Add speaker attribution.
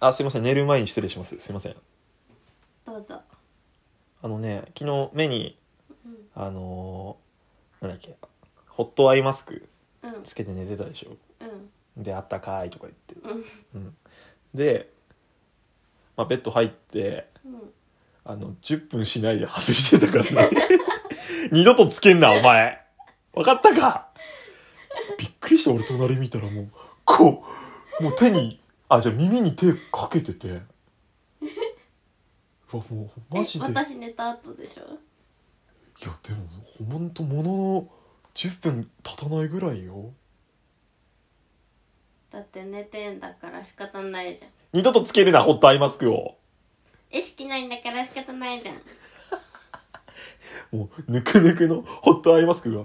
Speaker 1: あすいません寝る前に失礼しますすいません
Speaker 2: どうぞ
Speaker 1: あのね昨日目に
Speaker 2: うん
Speaker 1: あのーなんだっけホットアイマスク
Speaker 2: うん
Speaker 1: つけて寝てたでしょ
Speaker 2: うん
Speaker 1: で「あったかい」とか言って、
Speaker 2: うん
Speaker 1: うん、で、まあ、ベッド入って
Speaker 2: うん
Speaker 1: あの10分しないで外してたからな 二度とつけんなお前分かったかびっくりして俺隣見たらもうこうもう手にあじゃあ耳に手かけててうわもうマジ
Speaker 2: え
Speaker 1: でいや
Speaker 2: 私寝た後でしょ
Speaker 1: でもほんとものの10分経たないぐらいよ
Speaker 2: だって寝てんだから仕方ないじゃん
Speaker 1: 二度とつけるなホットアイマスクを
Speaker 2: 意識ないんだから仕方ないじゃん
Speaker 1: もうぬくぬくのホットアイマスクが